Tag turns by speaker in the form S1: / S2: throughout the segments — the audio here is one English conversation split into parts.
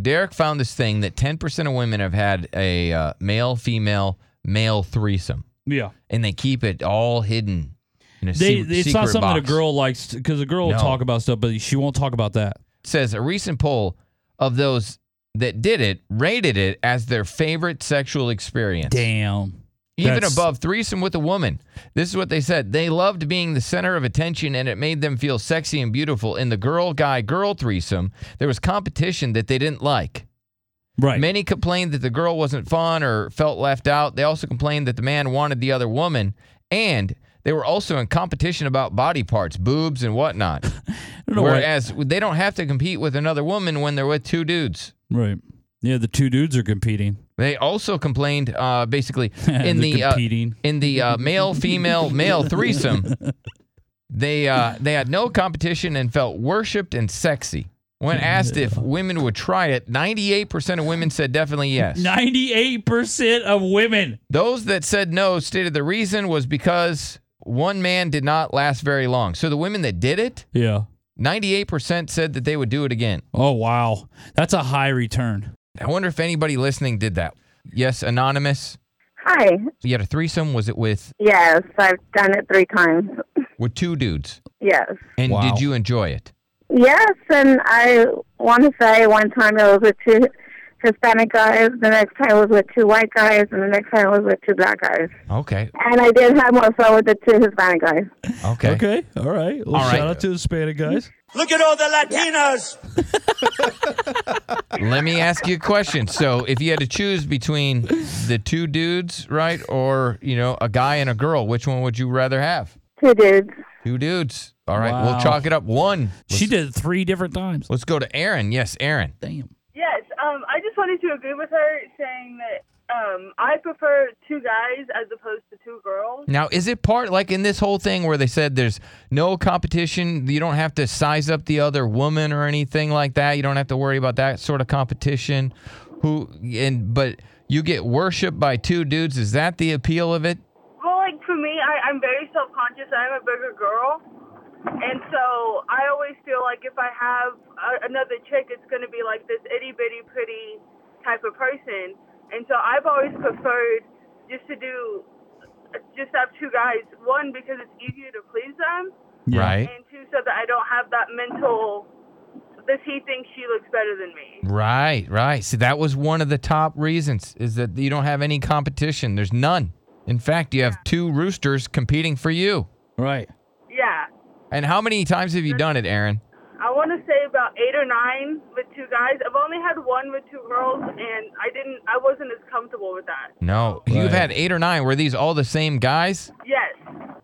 S1: Derek found this thing that 10% of women have had a uh, male, female, male threesome,
S2: Yeah.
S1: and they keep it all hidden in a
S2: They,
S1: se-
S2: it's
S1: secret
S2: not something
S1: box.
S2: a girl likes because a girl
S1: No.
S2: will talk about stuff, but she won't talk about that.
S1: says a recent poll of those that did it rated it as their favorite sexual experience.
S2: Damn.
S1: Even
S3: That's-
S1: above threesome with a woman. This is what they said. They loved being the center of attention and it made them feel sexy and beautiful. In the girl guy girl threesome, there was competition that they didn't like.
S2: Right.
S1: Many complained that the girl wasn't fun or felt left out. They also complained that the man wanted the other woman and they were also in competition about body parts, boobs and whatnot.
S2: I don't know why-
S1: Whereas they don't have to compete with another woman when they're with two dudes.
S2: right. Yeah, the two dudes are competing.
S1: They also complained, uh, basically, in
S2: They're
S1: the uh,
S2: competing.
S1: in the uh, male female male threesome, they uh, they had no competition and felt worshipped and sexy. When asked if women would try it, 98% of women said definitely yes.
S2: 98% of women.
S1: Those that said no stated the reason was because one man did not last very long. So the women that did it,
S2: Yeah.
S1: 98% said that they would do it again.
S2: Oh, wow. That's a high return.
S1: I wonder if anybody listening did that. Yes, anonymous.
S4: Hi.
S1: You had a threesome. Was it with
S4: Yes, I've done it three times.
S1: with two dudes?
S4: Yes.
S1: And
S2: Wow.
S1: did you enjoy it?
S4: Yes, and I want to say one time it was with two Hispanic guys, the next time it was with two white guys, and the next time it was with two black guys.
S1: Okay.
S4: And I did have more fun with the two Hispanic guys.
S1: Okay.
S2: Okay. All right. Well,
S1: All right.
S2: shout out to the Hispanic guys.
S5: Look at all the Latinos.
S1: Let me ask you a question. So, if you had to choose between the two dudes, right, or you know, a guy and a girl, which one would you rather have?
S4: Two dudes.
S1: Two dudes. All right.
S2: Wow.
S1: We'll chalk it up one. Let's,
S2: She did it three different times.
S1: let's go to Aaron. Yes, Aaron.
S2: Damn.
S6: Yes, um, I just wanted to agree with her saying that um, I prefer two guys as opposed to two girls.
S1: Now, is it part like in this whole thing where they said there's no competition? You don't have to size up the other woman or anything like that. You don't have to worry about that sort of competition. Who and but you get worshipped by two dudes. Is that the appeal of it?
S6: Well, like for me, I, I'm very self conscious. I'm a bigger girl. And so I always feel like if I have a, another chick, it's going to be like this itty bitty pretty type of person. And so I've always preferred just to do, just have two guys. One, because it's easier to please them.
S1: Right.
S6: And two, so that I don't have that mental, this he thinks she looks better than me.
S1: Right, right. So that was one of the top reasons is that you don't have any competition. There's none. In fact, you have two roosters competing for you.
S2: Right.
S6: Yeah.
S1: And how many times have you done it, Aaron?
S6: I want to say about eight or nine with two guys. I've only had one with two girls, and I didn't. I wasn't as comfortable with that.
S1: No. You've
S2: Right.
S1: had eight or nine. Were these all the same guys?
S6: Yes.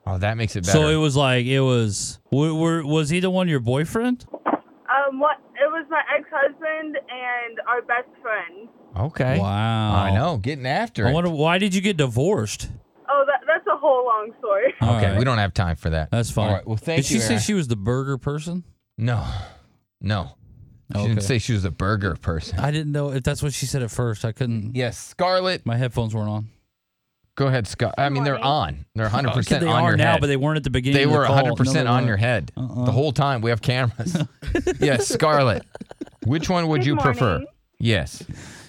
S1: Oh, that makes it better.
S2: So it was like, it was, were, were, was he the one your boyfriend?
S6: Um. What? It was my ex-husband and our best friend.
S1: okay.
S2: Wow.
S1: I know. Getting after
S2: I
S1: it.
S2: wonder why did you get divorced?
S6: Oh, that, that's a whole long story.
S1: okay,
S2: All right.
S1: we don't have time for that.
S2: That's fine.
S1: All right. Well, thank
S2: Did
S1: you.
S2: she
S1: Aaron.
S2: say she was the burger person?
S1: No. No. She didn't
S2: Okay.
S1: say she was a burger person.
S2: I didn't know if that's what she said at first. I couldn't.
S1: Yes, Scarlett.
S2: My headphones weren't on.
S1: Go ahead, Scott. I mean, they're on. They're 100%
S2: Okay, they
S1: Oh, on
S2: are
S1: your
S2: now,
S1: head.
S2: but they weren't at the beginning.
S1: They
S2: of the
S1: were
S2: call. Uh-uh.
S1: 100%
S2: No, they
S1: on your
S2: weren't.
S1: head the whole time. We have cameras. yes, Scarlett. Which one would
S7: Good
S1: you
S7: morning.
S1: prefer? Yes.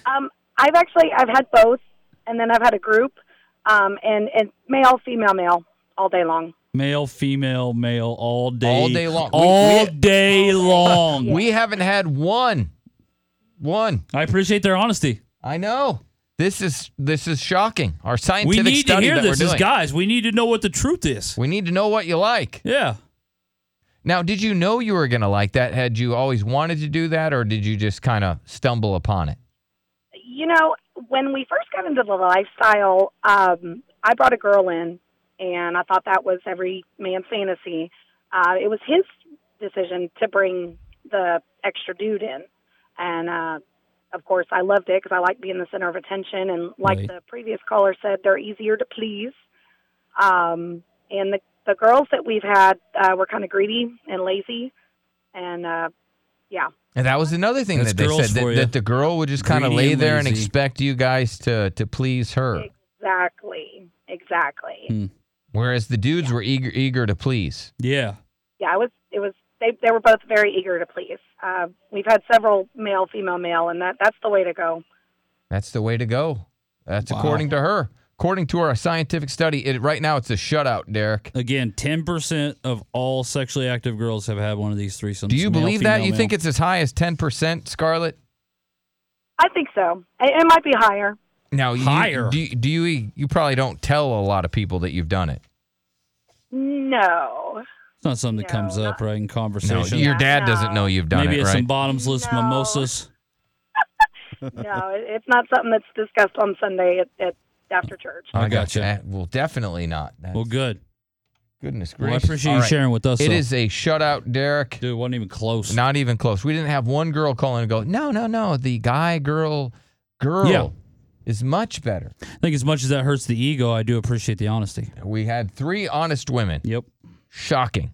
S7: Um, I've actually I've had both, and then I've had a group, um, and and male, female, male, all day long.
S2: Male, female, male, all day,
S1: All day long. We-
S2: all
S1: we-
S2: day long.
S1: We haven't had one. One.
S2: I appreciate their honesty.
S1: I know. This is this is shocking. Our
S2: We
S1: scientific
S2: need to
S1: study
S2: hear
S1: that
S2: this,
S1: we're
S2: as
S1: doing.
S2: guys. We need to know what the truth is.
S1: we need to know what you like.
S2: Yeah.
S1: Now, did you know you were going to like that? Had you always wanted to do that, or did you just kind of stumble upon it?
S7: You know, when we first got into the lifestyle, um, I brought a girl in, and I thought that was every man's fantasy. Uh, it was his decision to bring the extra dude in, and uh, of course, I loved it because I like being the center of attention. And like
S2: Right.
S7: the previous caller said, they're easier to please. Um, and the the girls that we've had uh, were kind of greedy and lazy, and uh, yeah,
S1: And that was another thing
S2: That's
S1: that they
S2: girls
S1: said
S2: for
S1: that,
S2: ya.
S1: that the girl would just kind of
S2: Greedy
S1: lay
S2: and
S1: there and
S2: lazy.
S1: expect you guys to to please her,
S7: exactly, exactly.
S1: whereas the dudes were eager eager to please.
S2: Yeah.
S7: yeah, it was it was they they were both very eager to please. Uh, we've had several male, female, male, and that that's the way to go.
S1: That's the way to go. That's
S2: Wow.
S1: according to her. According to our scientific study, it right now it's a shutout, Derek.
S2: Again, ten percent of all sexually active girls have had one of these threesomes.
S1: Do you
S2: Male,
S1: believe that?
S2: female,
S1: You
S2: male.
S1: think it's as high as 10%, Scarlett?
S7: I think so. It, it might be higher.
S1: Now, you-
S2: Higher.
S1: do, you- do you you probably don't tell a lot of people that you've done it.
S7: No,
S2: it's not something that
S7: No,
S2: comes up
S7: not-
S2: right in
S1: No,
S2: conversation?
S1: your dad doesn't
S7: no.
S1: know you've done
S2: Maybe
S1: it,
S2: it's some
S1: right?
S2: bottomless
S7: No.
S2: mimosas.
S7: no, it, it's not something that's discussed on Sunday at, at after church.
S2: I gotcha.
S1: Eh, Well, definitely not. That's-
S2: Well, good.
S1: goodness
S2: Well, I
S1: gracious.
S2: appreciate
S1: All
S2: you
S1: right.
S2: sharing with us.
S1: It
S2: though.
S1: is a shutout, Derek.
S2: dude. it wasn't even close.
S1: Not even close. We didn't have one girl calling and go, no, no, no. The guy, girl, girl
S2: Yeah.
S1: is much better.
S2: I think as much as that hurts the ego, I do appreciate the honesty.
S1: We had three honest women.
S2: Yep.
S1: Shocking.